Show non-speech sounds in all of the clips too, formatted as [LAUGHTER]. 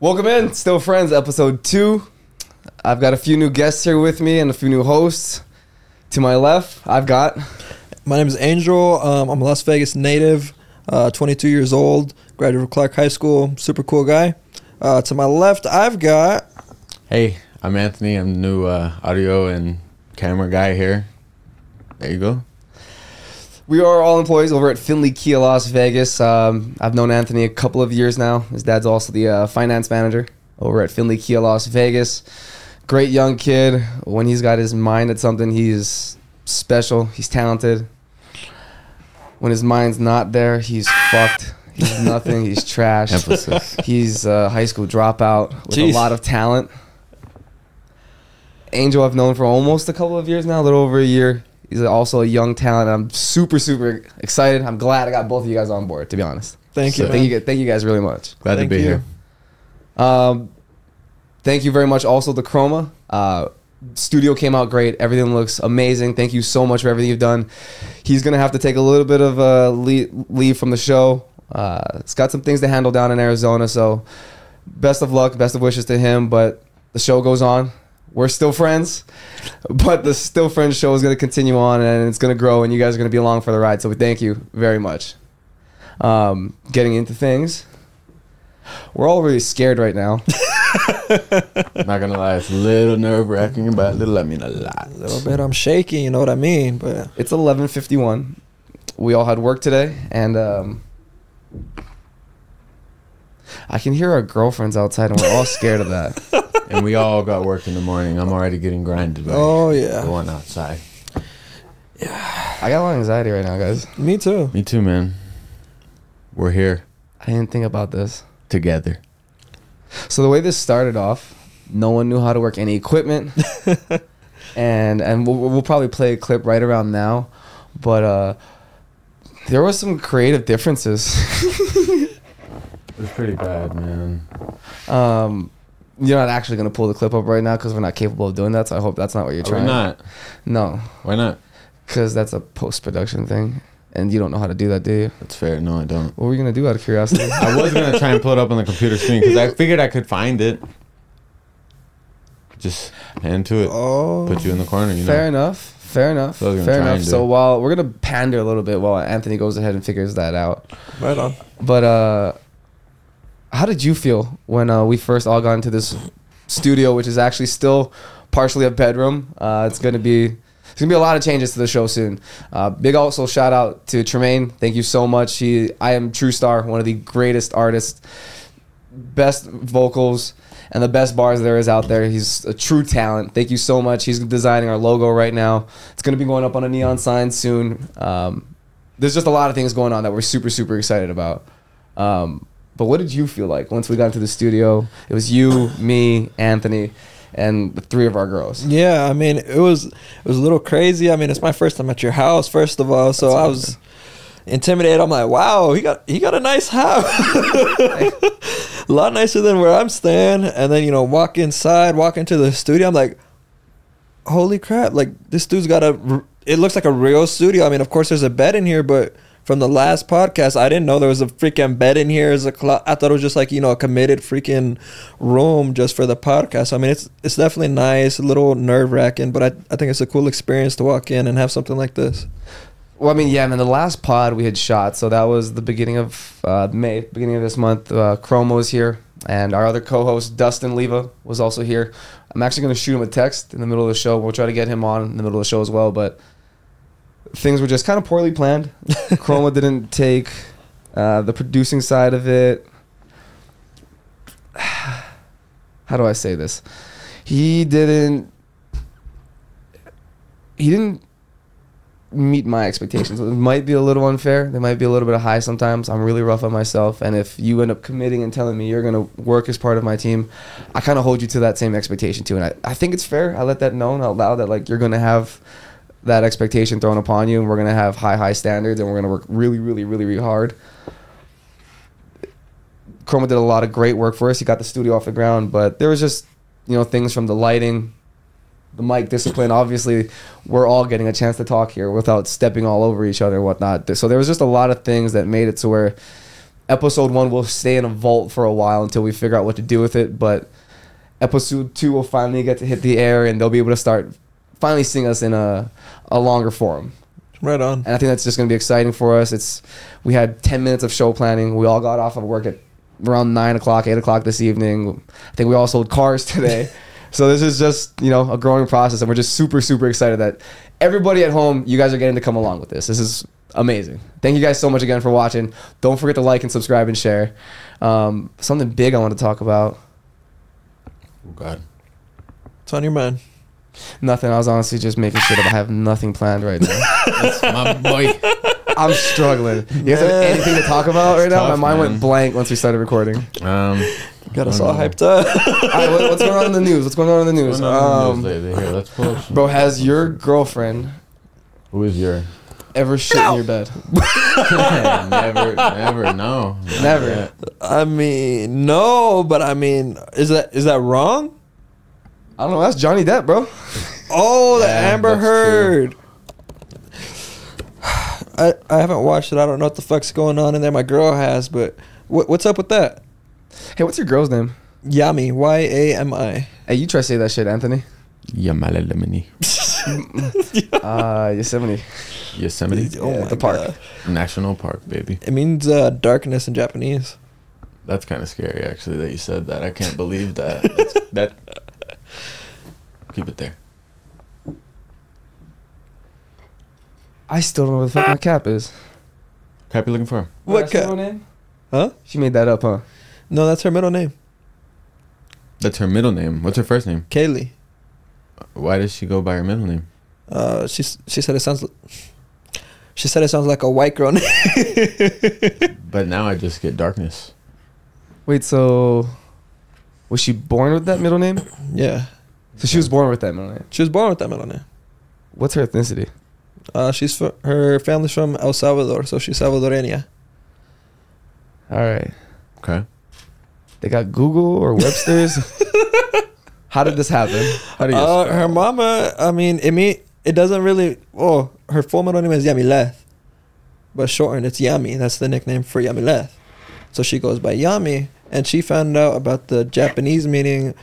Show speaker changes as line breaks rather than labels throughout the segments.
Welcome in, still friends, episode two. I've got a few new guests here with me and a few new hosts. To my left, I've got
My name is Angel. Um, I'm a Las Vegas native, uh, 22 years old, graduated from Clark High School. Super cool guy. Uh, to my left, I've got
Hey, I'm Anthony. I'm the new uh, audio and camera guy here. There you go.
we are all employees over at Finley Kia Las Vegas. Um, I've known Anthony a couple of years now. His dad's also the uh, finance manager over at Finley Kia Las Vegas. Great young kid. When he's got his mind at something, he's special. He's talented. When his mind's not there, he's fucked. He's nothing. He's trash.
Emphasis.
He's a high school dropout with a
Jeez.
lot of talent. Angel, I've known for almost a couple of years now, a little over a year. He's also a young talent. I'm super, super excited. I'm glad I got both of you guys on board. To be honest,
thank you.
So thank
man.
you, guys- thank you guys really much.
Glad
Thank
to be
you.
here.
Um, thank you very much. Also, the Chroma uh, studio came out great. Everything looks amazing. Thank you so much for everything you've done. He's gonna have to take a little bit of a leave, leave from the show. Uh, it's got some things to handle down in Arizona, so best of luck, best of wishes to him. But the show goes on. We're still friends, [LAUGHS] but the Still Friends show is going to continue on and it's going to grow, and you guys are going to be along for the ride. So we thank you very much. Um, getting into things, we're all really scared right now.
Not gonna lie, it's a little nerve wracking, but little I mean a lot.
A little bit. I'm shaking. You know what I mean? But
It's 11:51. We all had work today, and um, I can hear our girlfriends outside, and we're all scared of that.
And we all got work in the morning. I'm already getting grinded by
oh yeah,
going outside.
I got a lot of anxiety right now, guys.
me too.
Me too, man. We're here
I didn't think about this.
together.
So the way this started off, no one knew how to work any equipment, and and we'll, we'll probably play a clip right around now, but uh, there was some creative differences. [LAUGHS]
It's pretty bad, man.
um, you're not actually gonna pull the clip up right now because we're not capable of doing that. So I hope that's not what you're
Why
trying.
not?
No,
Why not?
because that's a post production thing, and you don't know how to do that, do you?
That's fair. No, I don't.
What were you gonna do out of
[LAUGHS]
curiosity?
I was gonna try and pull it up on the computer screen because I figured I could find it. Just hand to it.
Oh,
Put you in the corner, you know.
Fair enough. Fair enough.
That's what I was gonna
Fair
try
enough.
and
So
do.
while we're gonna pander a little bit while Anthony goes ahead and figures that out.
right on.
But uh, how did you feel when uh, we first all got into this studio, which is actually still partially a bedroom? Uh, it's gonna be it's gonna be a lot of changes to the show soon. Uh, big also shout out to Tremaine. Thank you so much. He, I am True Star, one of the greatest artists, best vocals. And the best bars there is out there. He's a true talent. Thank you so much. He's designing our logo right now. It's going to be going up on a neon sign soon. Um, there's just a lot of things going on that we're super super excited about. Um, but what did you feel like once we got into the studio? It was you, me, Anthony, and the three of our girls.
Yeah, I mean, it was it was a little crazy. I mean, it's my first time at your house, first of all, so I was intimidated. I'm like, wow, he got he got a nice house, [LAUGHS] a lot nicer than where I'm staying. And then you know, walk inside, walk into the studio. I'm like, holy crap! Like this dude's got a. r- It looks like a real studio. I mean, of course, there's a bed in here, but from the last podcast, I didn't know there was a freaking bed in here. Is a clo- I thought it was just like you know a committed freaking room just for the podcast. I mean, it's it's definitely nice, a little nerve wracking, but I I think it's a cool experience to walk in and have something like this.
Well, I mean, yeah, and then the last pod we had shot, so that was the beginning of uh, May, beginning of this month. Uh, Chrome was here, and our other co-host Dustin Leva was also here. I'm actually going to shoot him a text in the middle of the show. We'll try to get him on in the middle of the show as well, but things were just kind of poorly planned. Chroma didn't take uh, the producing side of it. How do I say this? He didn't. He didn't meet my expectations. It might be a little unfair. They might be a little bit high sometimes. I'm really rough on myself, and if you end up committing and telling me you're gonna work as part of my team, I kind of hold you to that same expectation too. And I, I think it's fair. I let that known out loud that like you're gonna have that expectation thrown upon you, and we're gonna have high high standards, and we're gonna work really really really really hard. Chroma did a lot of great work for us. He got the studio off the ground, but there was just you know things from the lighting, the mic discipline. Obviously, we're all getting a chance to talk here without stepping all over each other and whatnot. So there was just a lot of things that made it to where episode one will stay in a vault for a while until we figure out what to do with it. But episode two will finally get to hit the air, and they'll be able to start finally seeing us in a a longer form.
Right on.
And I think that's just going to be exciting for us. It's we had ten minutes of show planning. We all got off of work at around nine o'clock, eight o'clock this evening. I think we all sold cars [LAUGHS] today. so this is just you know a growing process, and we're just super super excited that everybody at home, you guys are getting to come along with this. This is amazing. Thank you guys so much again for watching. Don't forget to like and subscribe and share. Um, something big I want to talk about.
Oh God.
It's on your mind.
Nothing. I was honestly just making sure that I have nothing planned right now.
[LAUGHS] That's my boy.
I'm struggling. You guys have
Man.
anything to talk about right
It's
now? My
tough,
mind
man.
went blank once we started recording.
Um,
Got us
I
all
don't know.
hyped up. [LAUGHS]
All right, what, what's going on in the news? What's going on in the news?
What's going on in
Um,
the news lately? Here, let's pull up some-
bro, has your girlfriend
Who is your? [LAUGHS]
ever shit in your bed?
never, never, no, Not
Never.
yet.
I mean, no, but I mean, is that is that wrong?
I don't know. That's Johnny Depp, bro.
Oh, the
Yeah,
Amber
that's true.
Heard. [SIGHS] I I haven't watched it. I don't know what the fuck's going on in there. My girl has, but what, what's up with that?
Hey, what's your girl's name?
Yami, Y A M I.
Hey, you try to say that shit,
[LAUGHS]
Anthony.
Yamala Lemony,
Uh, Yosemite.
Yosemite
Oh
Yeah,
my
the park.
God.
National Park, baby.
It means uh, darkness in Japanese.
That's kind of scary, actually, that you said that. I can't believe that. That's, that. Keep it there.
I still don't know where the fuck my cap is.
Cap you looking for?
What
That's her
ca-
name?
Huh?
She made that up, huh?
No, that's her middle name,
That's her middle name. What's her first name?
Kaylee.
Why does she go by her middle name?
Uh, she s- she said it sounds. l- She said it sounds like a white girl [LAUGHS] name.
But now I just get darkness.
Wait, so was she born with that middle name?
yeah,
So she was born with that middle name.
she was born with that middle name.
What's her ethnicity?
Uh, she's fr- her family's from El Salvador, so she's Salvadoreña.
All right.
Okay.
They got Google or
[LAUGHS]
Webster's. How did this happen?
How do you?
Uh,
spell-
her mama, I mean, it me it doesn't really. Oh, her full middle name is Yamileth, but shortened it's Yami. That's the nickname for Yamileth. So she goes by Yami, and she found out about the Japanese meaning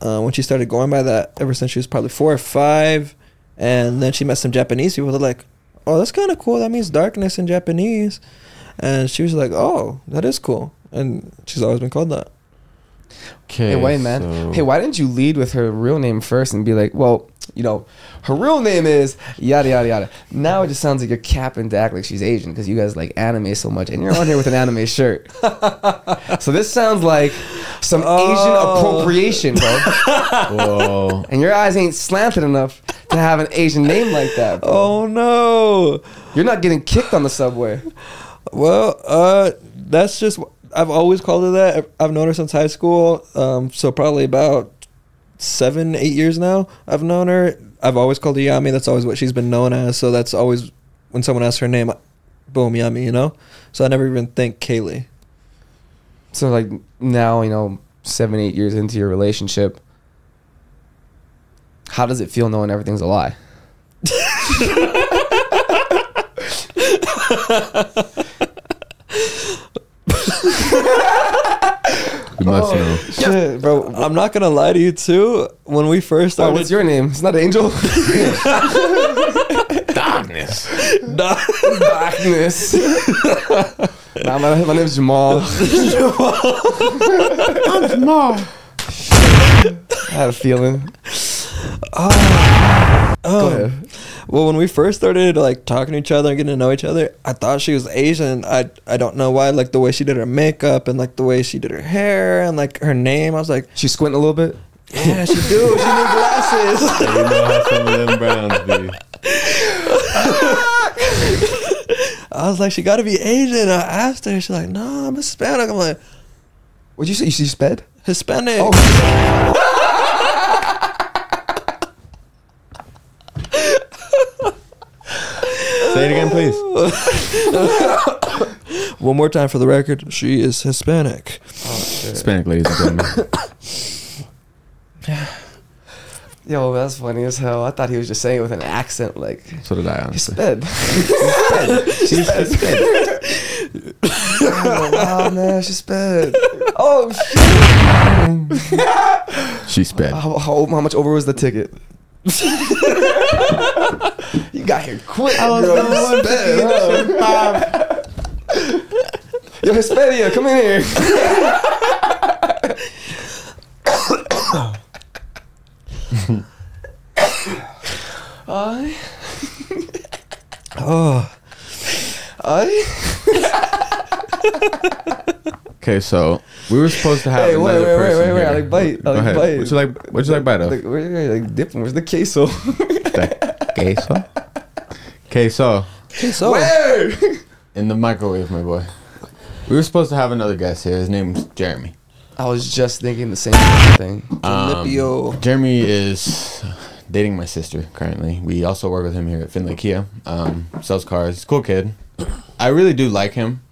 uh, when she started going by that. Ever since she was probably four or five, and then she met some Japanese people. They're like, "Oh, that's kind of cool. That means darkness in Japanese," and she was like, "Oh, that is cool." And she's always been called that.
Okay.
Hey, wait, man.
so-
Hey, why didn't you lead with her real name first and be like, well, you know, her real name is yada yada yada. Now it just sounds like you're capping to act like she's Asian because you guys like anime so much, and you're on here with an anime shirt.
[LAUGHS]
so this sounds like some
Oh.
Asian appropriation, bro.
Whoa.
and your eyes ain't slanted enough to have an Asian name like that. Bro.
Oh no!
Oh.
You're not getting kicked on the subway.
Well, uh, that's just I've always called her that. I've known her since high school, um, so probably about seven, eight years now. I've known her. I've always called her Yami. That's always what she's been known as. So that's always when someone asks her name, boom, Yami. You know. So I never even think Kaylee.
So like now, you know, seven, eight years into your relationship, how does it feel knowing everything's a lie?
You must know.
Shit, bro.
I'm not gonna lie to you too. When we first
Sorry,
started,
what's your name? It's not Angel.
Darkness.
[LAUGHS] Nah.
Blackness. nah, my, my name's Jamal. I'm Jamal. I had a feeling. Go
Um,
ahead.
Well, when we first started like talking to each other and getting to know each other, I thought she was Asian. I I don't know why. Like the way she did her makeup and like the way she did her hair and like her name, I was like,
She squinting a little bit.
yeah, she do. She [LAUGHS] need glasses.
you know how some of them Browns be.
[LAUGHS] I was like, she got to be Asian. I asked her. She's like, no, I'm Hispanic. I'm like,
What'd you say? You sped? Oh.
Hispanic.
Say it again, please.
One more time for the record, she is Hispanic.
Hispanic, ladies and gentlemen.
Yo, that's funny as hell. I thought he was just saying it with an accent, like
So did I,
he [LAUGHS]
honestly.
sped. [LAUGHS]
She's Hispanic.
Oh, wow, man, she's bad. Oh shit!
She sped.
How, how, how much over was the
[LAUGHS]
ticket? you got here quick. I was
the one
Yo, Hesperia, come in here.
[COUGHS]
I,
Oh,
I.
Okay, so we were supposed to have
Hey, wait,
another
wait, wait,
person
wait, wait! I
here.
like bite. I
Go
like
ahead.
bite.
What you like? What you like bite of?
Like, where, where, like dipping? Where's the queso?
queso. queso
okay, so
Where?
in the microwave, my boy. We were supposed to have another guest here. His name's Jeremy.
I was just thinking the same thing.
Filipio.
Um, Jeremy is dating my sister currently. We also work with him here at Finley Kia. Um, sells cars. He's a cool kid. I really do like him.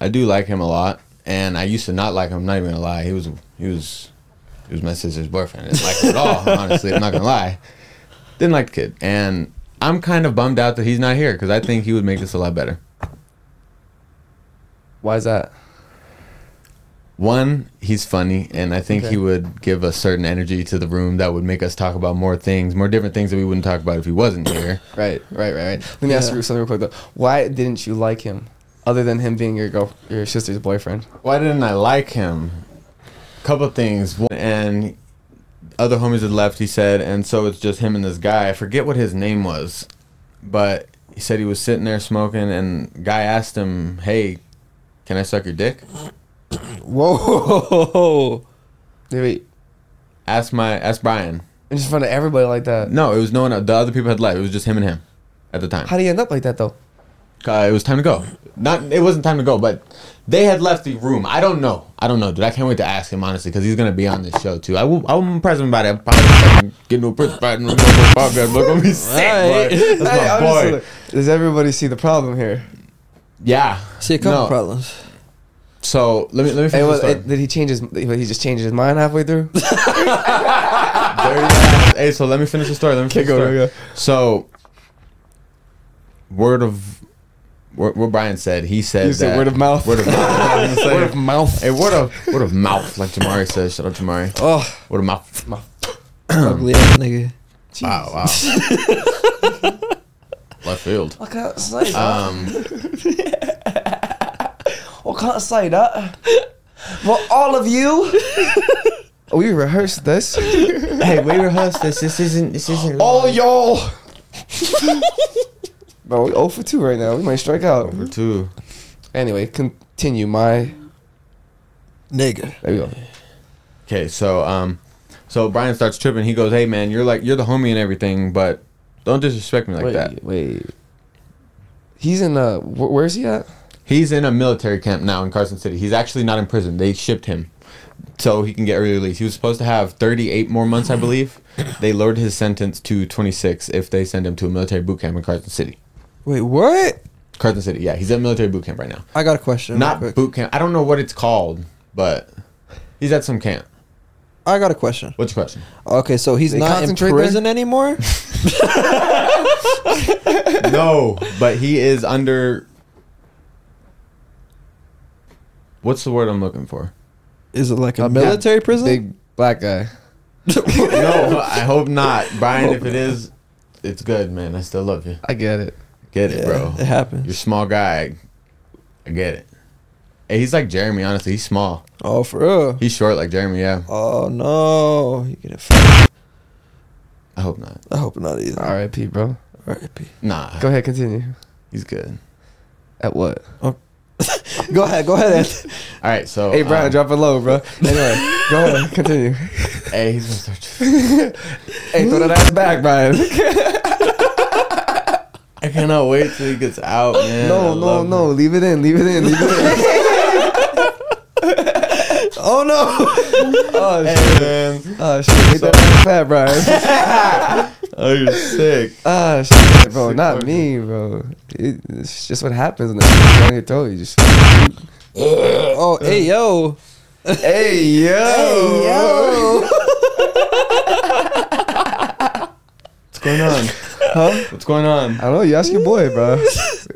I do like him a lot, and I used to not like him. I'm not even gonna lie. He was he was he was my sister's boyfriend. I didn't like him at all. Honestly, I'm not gonna lie. Didn't like the kid, and I'm kind of bummed out that he's not here because I think he would make this a lot better.
Why is that?
One, he's funny, and I think
Okay.
he would give a certain energy to the room that would make us talk about more things, more different things that we wouldn't talk about if he wasn't here.
Right, right, right, right. Let me ask
Yeah.
you something real quick though. Why didn't you like him, other than him being your girl, your sister's boyfriend?
Why didn't I like him? Couple things, One- and other homies had left. He said, and so it's just him and this guy. I forget what his name was, but he said he was sitting there smoking, and guy asked him, "Hey, can I suck your dick?"
Whoa.
They wait,
Ask my ask Brian.
in just front of everybody like that.
No, it was no one. The other people had left. It was just him and him at the time.
How do you end up like that though?
Uh, it was time to go. Not it wasn't time to go, but they had left the room. I don't know. I don't know, dude. I can't wait to ask him honestly because he's gonna be on this show too. I will. I'm impressed him about it. I'm probably fucking get into a prison fight and I'm gonna be sick.
[LAUGHS]
Right.
boy. That's my
Hey,
boy.
honestly, look, does everybody see the problem here?
Yeah.
See a couple
No,
problems.
So let me let me
Hey,
finish
well,
this story.
it- did he change his? He just changed his mind halfway through.
There you go. Hey, so let me finish the story. Let me
[LAUGHS] Okay,
finish the
go,
story.
go, go.
So word of what what Brian said. He said
You said
that-
word of mouth.
Word
[LAUGHS]
of mouth.
Word of mouth.
Hey, word of word of mouth, like Jamari says. Shut up, Jamari.
Oh,
Word of mouth.
Hmm.
ugly ass nigga.
Wow, wow. [LAUGHS] Left field.
I can't say
Uh,
that.
Um,
I can't say that. Well, all of you. [LAUGHS] we rehearsed [LAUGHS] this.
hey, we rehearsed this. This isn't. This isn't.
all y'all. [LAUGHS] Bro, we 0 for 2 right now. We might strike out.
Number two.
Anyway, continue my.
Nigga.
There we go.
Okay, so um, so Brian starts tripping. He goes, "Hey, man, you're like you're the homie and everything, but don't disrespect me like
wait,
that."
wait. He's in uh, wh- where's he at?
He's in a military camp now in Carson City. He's actually not in prison. They shipped him so he can get early release. He was supposed to have 38 more months, [LAUGHS] I believe. They lowered his sentence to 26 if they send him to a military boot camp in Carson City.
Wait, what?
Carson City, yeah, he's at military boot camp right now.
I got a question. real
not
quick.
boot camp. I don't know what it's called, but he's at some camp.
I got a question.
What's your question?
Okay, so he's
They
not in
concentrate there?
prison anymore.
[LAUGHS] no, but he is under. What's the word I'm looking for?
Is it like a
Uh,
military prison?
Big black guy.
No, I hope not, Brian. If it is, it's good, man. I still love you.
I get it.
Get it,
[LAUGHS] Yeah,
[LAUGHS] bro.
It happens.
You're a small guy. I get it. Hey, he's like Jeremy. Honestly, he's small.
oh, for real.
He's short like Jeremy. Yeah.
Oh no, you get fucked.
I hope not.
I hope not either.
R.I.P. Bro.
R.I.P.
Nah,
Go ahead, continue.
he's good.
At what?
Go ahead, go ahead. Anthony. [LAUGHS]
All right, so
hey, Brian,
um,
drop it low, bro. Anyway, go [LAUGHS] ahead, continue.
Hey, he's gonna start. [LAUGHS]
Hey, throw that ass back, Brian.
I cannot wait till he gets out, man. I
no, no,
love
no. Leave it in. Leave it in. Leave it in.
oh no.
oh shit.
it.
[LAUGHS]
Hey, man.
Oh shit. Make that ass fat, Brian.
Oh, you're sick.
Ah, shit, bro,
Sick
not
fucker.
me, bro. It, it's just what happens when it's on your throat. You just,
Oh hey yo.
hey yo,
What's going on?
huh?
What's going
[LAUGHS]
on?
I don't know. You ask your boy, bro.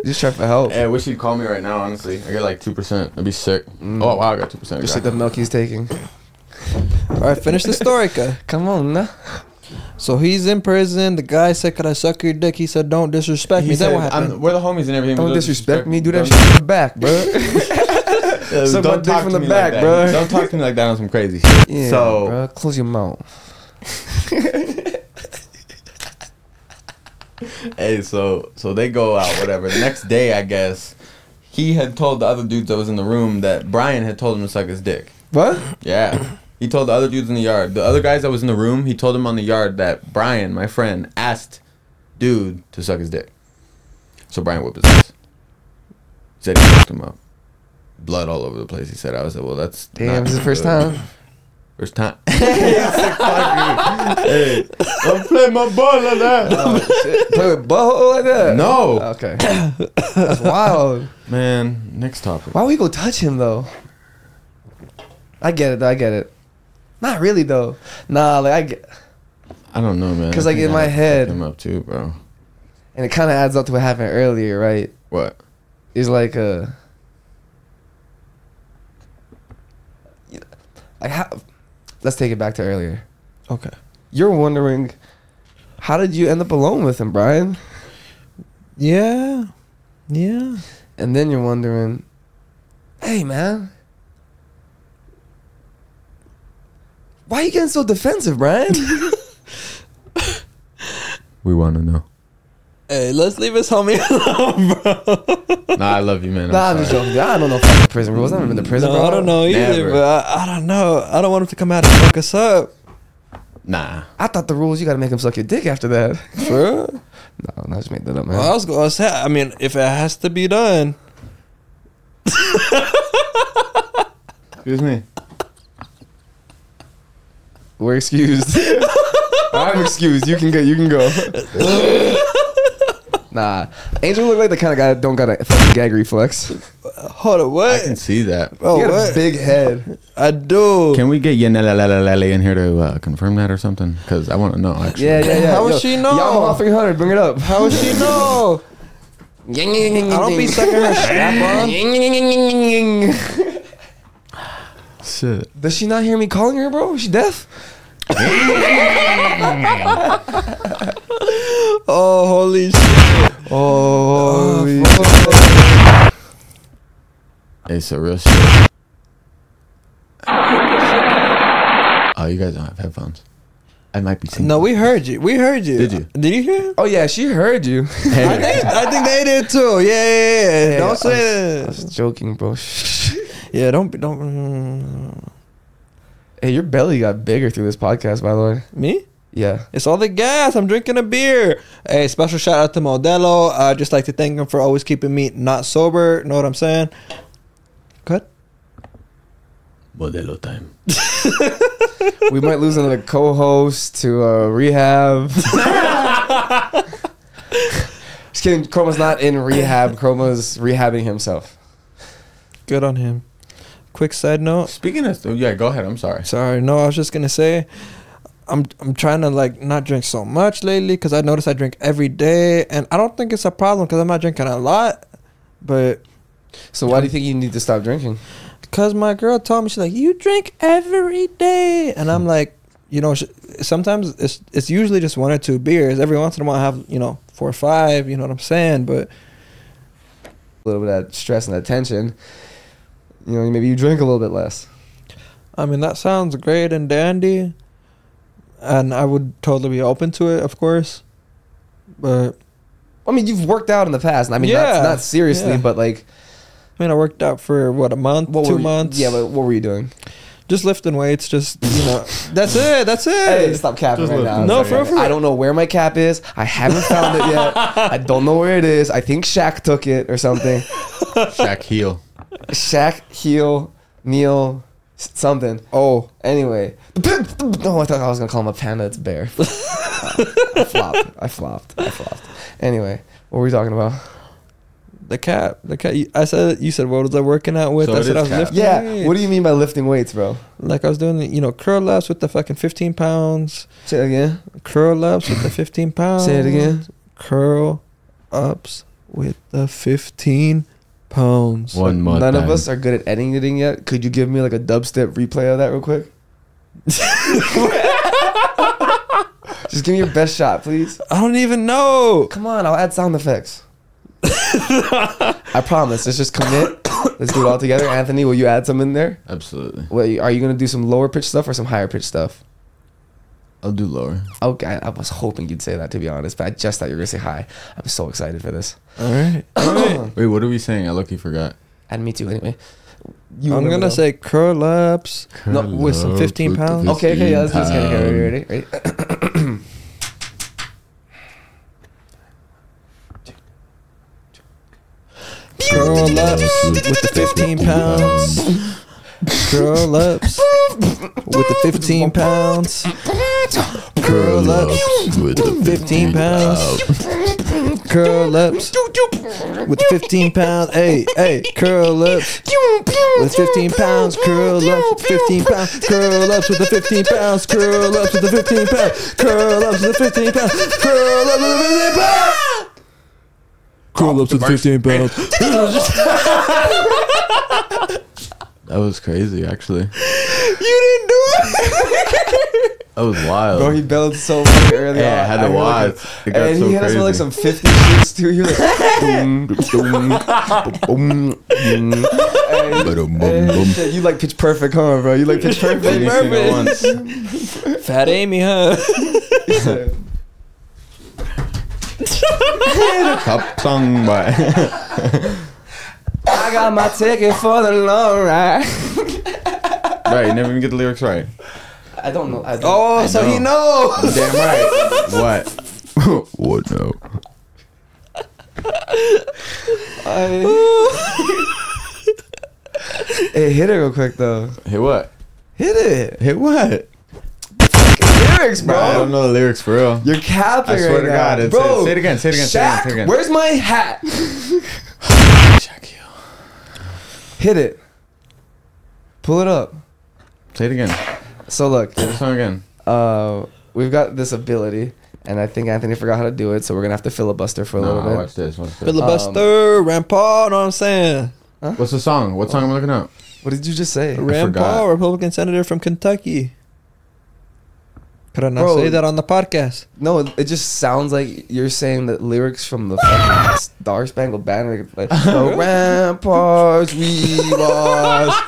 Just try for help.
Hey, I wish you'd call me right now, honestly. I get like 2%. That'd be sick. Oh, wow, I got 2%.
Mm. Just like the milk he's taking.
All right, finish the story, cuz.
Come on, nah.
So he's in prison. The guy said, "Could I suck your dick?" He said, "Don't disrespect
He
me." Then
said,
what happened?
I'm, we're the homies and everything. but
Don't disrespect me. Do that
don't-
shit in the back, [LAUGHS] bro.
Yeah,
Suck my dick
talk
from
to
the
me
back,
like that.
bro.
Don't talk to me like that on some
[LAUGHS]
crazy shit.
Yeah,
so,
bruh, close your mouth.
hey, so so they go out, whatever. The next day, I guess, he had told the other dudes that was in the room that Brian had told him to suck his dick.
What?
Yeah. He told the other dudes in the yard. The other guys that was in the room, he told them on the yard that Brian, my friend, asked dude to suck his dick. So Brian whipped his ass. Said he fucked him up. Blood all over the place. He said, I was like, well, that's.
Damn,
not
this is the first [LAUGHS]
good.
time.
First
[LAUGHS]
time. hey, I'm playing my ball like that.
Oh, shit. Play with butthole like that?
No.
Okay. That's wild.
Man, next topic.
Why we go touch him though? I get it. though, I get it. Not really though. Nah, like I get,
I don't know, man.
'Cause,
I
like,
think
in
I
my
fucked
head-
him up too, bro.
and it kind of adds up to what happened earlier, right?
What?
It's like uh, a. Like how? Let's take it back to earlier.
okay.
You're wondering, how did you end up alone with him, Brian?
Yeah. Yeah.
And then you're wondering, hey man, why you getting so defensive, Brian?
We want to know.
Hey, let's leave his homie [LAUGHS] alone, bro.
nah, I love you, man.
nah, I'm just joking. dude. I don't know fucking prison rules. I've never been to prison.
No,
bro.
I don't know either,
Never.
but I, I don't know. I don't want him to come out and fuck us up.
Nah.
I thought the rules you got to make him suck your dick after that. [LAUGHS]
For real?
no, no, I just made that up, man.
Well, I was gonna say. I mean, if it has to be done,
Excuse me.
We're excused.
[LAUGHS]
I'm excused. You can go. You can go. nah, Angel look like the kind of guy that don't got a fucking gag reflex.
hold up,
I
what?
can see that.
he
oh,
got
what?
a big head.
I do.
Can we get Yanela in here to uh, confirm that or something? Because I want to know, actually.
Yeah, yeah, yeah.
How would she know?
Yamaha 300. Bring it up.
How would she know? I don't be sucking her strap on.
Shit.
Does she not hear me calling her, bro? Is she deaf? [LAUGHS]
Oh, holy shit!
Oh,
It's a real shit. Oh, you guys don't have headphones. I might be singing.
No, we heard you. We heard you.
Did you?
Did you hear?
oh yeah, she heard you.
[LAUGHS] I think, I think they did too. Yeah, yeah, yeah.
Yeah, I
don't
was-
say
I
that.
was joking, bro. [LAUGHS]
Yeah, don't be- don't. mm,
hey, your belly got bigger through this podcast, by the way.
me?
Yeah.
It's all the gas. I'm drinking a beer. Hey, special shout out to Modelo. I just like to thank him for always keeping me not sober. Know what I'm saying? Good.
Modelo time.
We might lose another co-host to uh, rehab. [LAUGHS] Just kidding. Chroma's not in rehab. Chroma's rehabbing himself.
Good on him. Quick side note.
Speaking of, oh, yeah, go ahead. I'm sorry.
Sorry, no, I was just gonna say, I'm I'm trying to like not drink so much lately because I notice I drink every day, and I don't think it's a problem because I'm not drinking a lot, but
So why do you think you need to stop drinking?
because my girl told me she's like, you drink every day, and I'm like, you know, sh- sometimes it's it's usually just one or two beers. Every once in a while, I have you know four or five. You know what I'm saying? But
A little bit of that stress and that tension. You know, maybe you drink a little bit less.
I mean, that sounds great and dandy, and I would totally be open to it, of course, but.
I mean, you've worked out in the past. and I mean,
Yeah.
not, not seriously,
Yeah.
but like,
I mean, I worked out for what a month,
what
two
were you-
months.
Yeah, but what were you doing?
just lifting weights. Just you know, that's it. That's it.
Hey, stop capping
Just
right
look.
now.
No,
It's okay.
for real.
I don't know where my cap is. I haven't found it yet. I
[LAUGHS]
don't know where it is. I think Shaq took it or something.
Shaq heel.
Shaq, heel, Neil, s- something.
Oh,
Anyway, no, I thought I was gonna call him a panda. It's bear. Uh, [LAUGHS] I flopped. I flopped. I flopped. Anyway, what were we talking about?
the cap. The cap. You- I said you said what was I working out with?
So
I
it
said I
is
was
cap.
lifting.
Yeah.
weights.
What do you mean by lifting weights, bro?
like? I was doing you know curl ups with the fucking fifteen pounds.
Say it again. [LAUGHS]
Um, Curl ups with the fifteen pounds.
Say it again.
Curl ups with the 15 pounds.
One month.
None of us are good at editing yet. Could you give me like a dubstep replay of that real quick? [LAUGHS] Just give me your best shot, please.
I don't even know.
Come on, I'll add sound effects. I promise. Let's just commit. Let's do it all together. Anthony, will you add some in there?
Absolutely.
Wait, are you gonna do some lower pitch stuff or some higher pitch stuff?
I'll do lower.
Okay, I was hoping you'd say that to be honest, but I just thought you were gonna say hi. I'm so excited for this.
All right.
Wait, what are we saying? I lucky forgot.
And me too, anyway.
I'm
remember
going to
though.
say curl ups. No, with some 15 pounds?
Okay, okay, yeah, let's do this. Okay, okay, ready, ready, ready?
Curl ups with the 15 pounds. Curl ups with the 15 pounds. Curl ups
with the
15 pounds. Curl ups with 15 pounds. Hey, hey, curl ups with 15 pounds. Curl ups with 15 pounds. Curl ups with the 15 pounds. Curl ups with the 15 pounds. Curl ups with the 15 pounds. Curl ups with the 15 pounds. Curl ups with 15 [LAUGHS] pounds.
That was crazy, actually.
You didn't do it.
That was wild.
Bro, Oh, he bellowed so fucking early.
Yeah, I
on.
had to
heard, like,
watch.
a-
It got
and
so
he hit us with like some
crazy.
50 shits too. He was like, boom,
[LAUGHS]
boom, boom, boom. And-
Ba-dum, bum,
and
bum.
shit, You like pitch perfect, huh, bro? You like pitch perfect.
Every single
[LAUGHS]
one.
Fat Amy, [LAUGHS] huh?
Cup song by.
I got my ticket for the long ride.
[LAUGHS] Right, you never even get the lyrics right.
I don't know. I don't.
Oh, so
know.
he knows.
Damn
[LAUGHS]
right. What? [LAUGHS] what no?
Hey, hit it real quick though.
Hit what?
Hit it.
Hit what?
Lyrics, bro.
I don't know the lyrics for real.
You're capping
I swear
right
to
now.
God, it's-
bro.
say it again, say it again, say it again,
Shaq,
say it again.
Where's my hat?
Check you.
Hit it. Pull it up.
Say it again.
So look,
Say the song again.
uh, we've got this ability, and I think Anthony forgot how to do it, so we're gonna have to filibuster for a
No,
little bit.
watch this. Watch
Um,
this.
Filibuster, Rand Paul, know what I'm saying?
What's the song? What song am I looking up?
What did you just say,
Rand
forgot.
Paul, Republican senator from Kentucky. Could I not
Bro.
say that on the
[LAUGHS]
podcast?
No, it just sounds like you're saying that lyrics from the fucking Star Spangled Banner, like the ramparts we lost,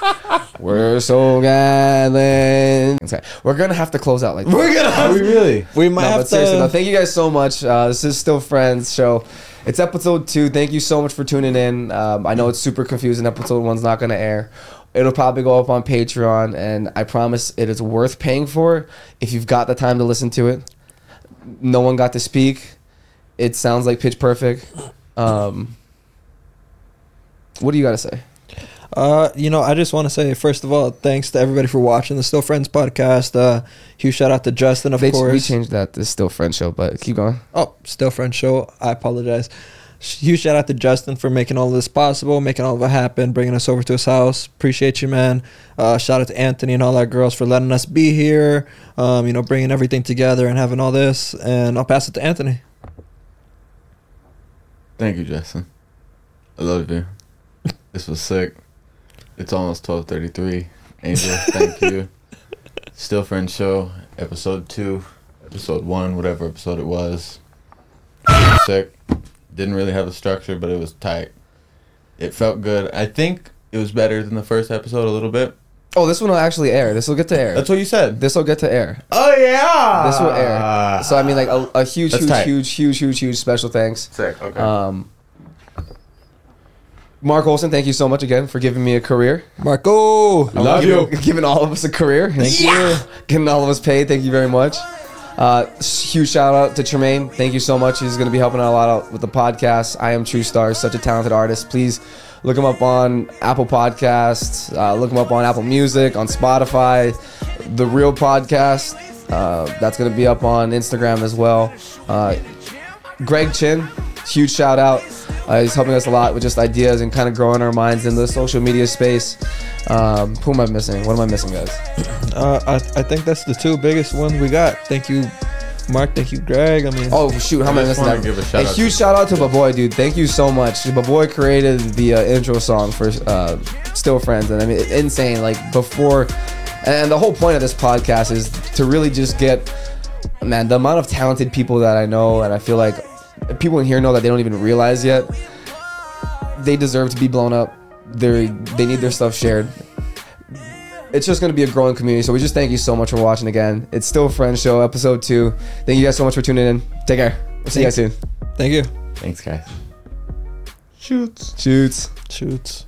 we're so gallant. Okay, We're gonna have to close out like. that.
We're gonna.
Are we really?
We might
no,
have
but seriously,
to.
though, thank you guys so much. Uh, this is still Friends show. It's episode two. Thank you so much for tuning in. Um, I know it's super confusing. Episode one's not going to air. It'll probably go up on Patreon, and I promise it is worth paying for if you've got the time to listen to it. No one got to speak. It sounds like pitch perfect. Um, what do you got to say?
Uh, you know, I just want to say first of all, thanks to everybody for watching the Still Friends podcast. Uh, huge shout out to Justin, of
They, we
course.
changed that to still Friends show, but keep going.
Oh, Still Friends Show. I apologize. Huge shout out to Justin for making all of this possible, making all of it happen, bringing us over to his house. Appreciate you, man. Uh, shout out to Anthony and all our girls for letting us be here, um, you know, bringing everything together and having all this. And I'll pass it to Anthony.
Thank you, Justin. I love you. This was sick. It's almost twelve thirty three. Angel, thank [LAUGHS] you. Still Friends Show, episode two, episode one, whatever episode it was. It was sick. Didn't really have a structure, but it was tight. It felt good. I think it was better than the first episode a little bit.
Oh, this one will actually air. This will get to air.
That's what you said.
This will get to air.
Oh yeah.
This will air. So I mean, like a, a huge,
Ah. That's
huge,
tight.
huge, huge, huge, huge special thanks.
sick. Okay.
Um, Mark Olson, thank you so much again for giving me a career.
Marco!
Love you.
Giving all of us a career. Thank you. Getting all of us paid. Thank you very much. Uh, s- huge shout out to Tremaine. Thank you so much. He's going to be helping out a lot out with the podcast. I am True Star, such a talented artist. Please look him up on Apple Podcasts. Uh, look him up on Apple Music, on Spotify, The Real Podcast. Uh, that's going to be up on Instagram as well. Uh, Greg Chin, huge shout out. Uh, he's helping us a lot with just ideas and kind of growing our minds in the social media space. Um, who am I missing? What am I missing, guys?
Uh, I, I think that's the two biggest ones we got. Thank you Mark, thank you, Greg. I mean,
Oh shoot, how
I
am I
just
missing
wanna
that?
give a shout out
huge
to-
shout out to Baboy, dude. Thank you so much. Baboy created the uh, intro song for uh, Still Friends, and I mean, it's insane. Like before, and the whole point of this podcast is to really just get, man, the amount of talented people that I know, and I feel like people in here know that they don't even realize yet. They deserve to be blown up. They they need their stuff shared. It's just going to be a growing community. So we just thank you so much for watching again. It's Still Friends Show, episode two. Thank you guys so much for tuning in. Take care. We'll see you guys soon.
thank you.
Thanks, guys.
Shoots. Shoots.
Shoots.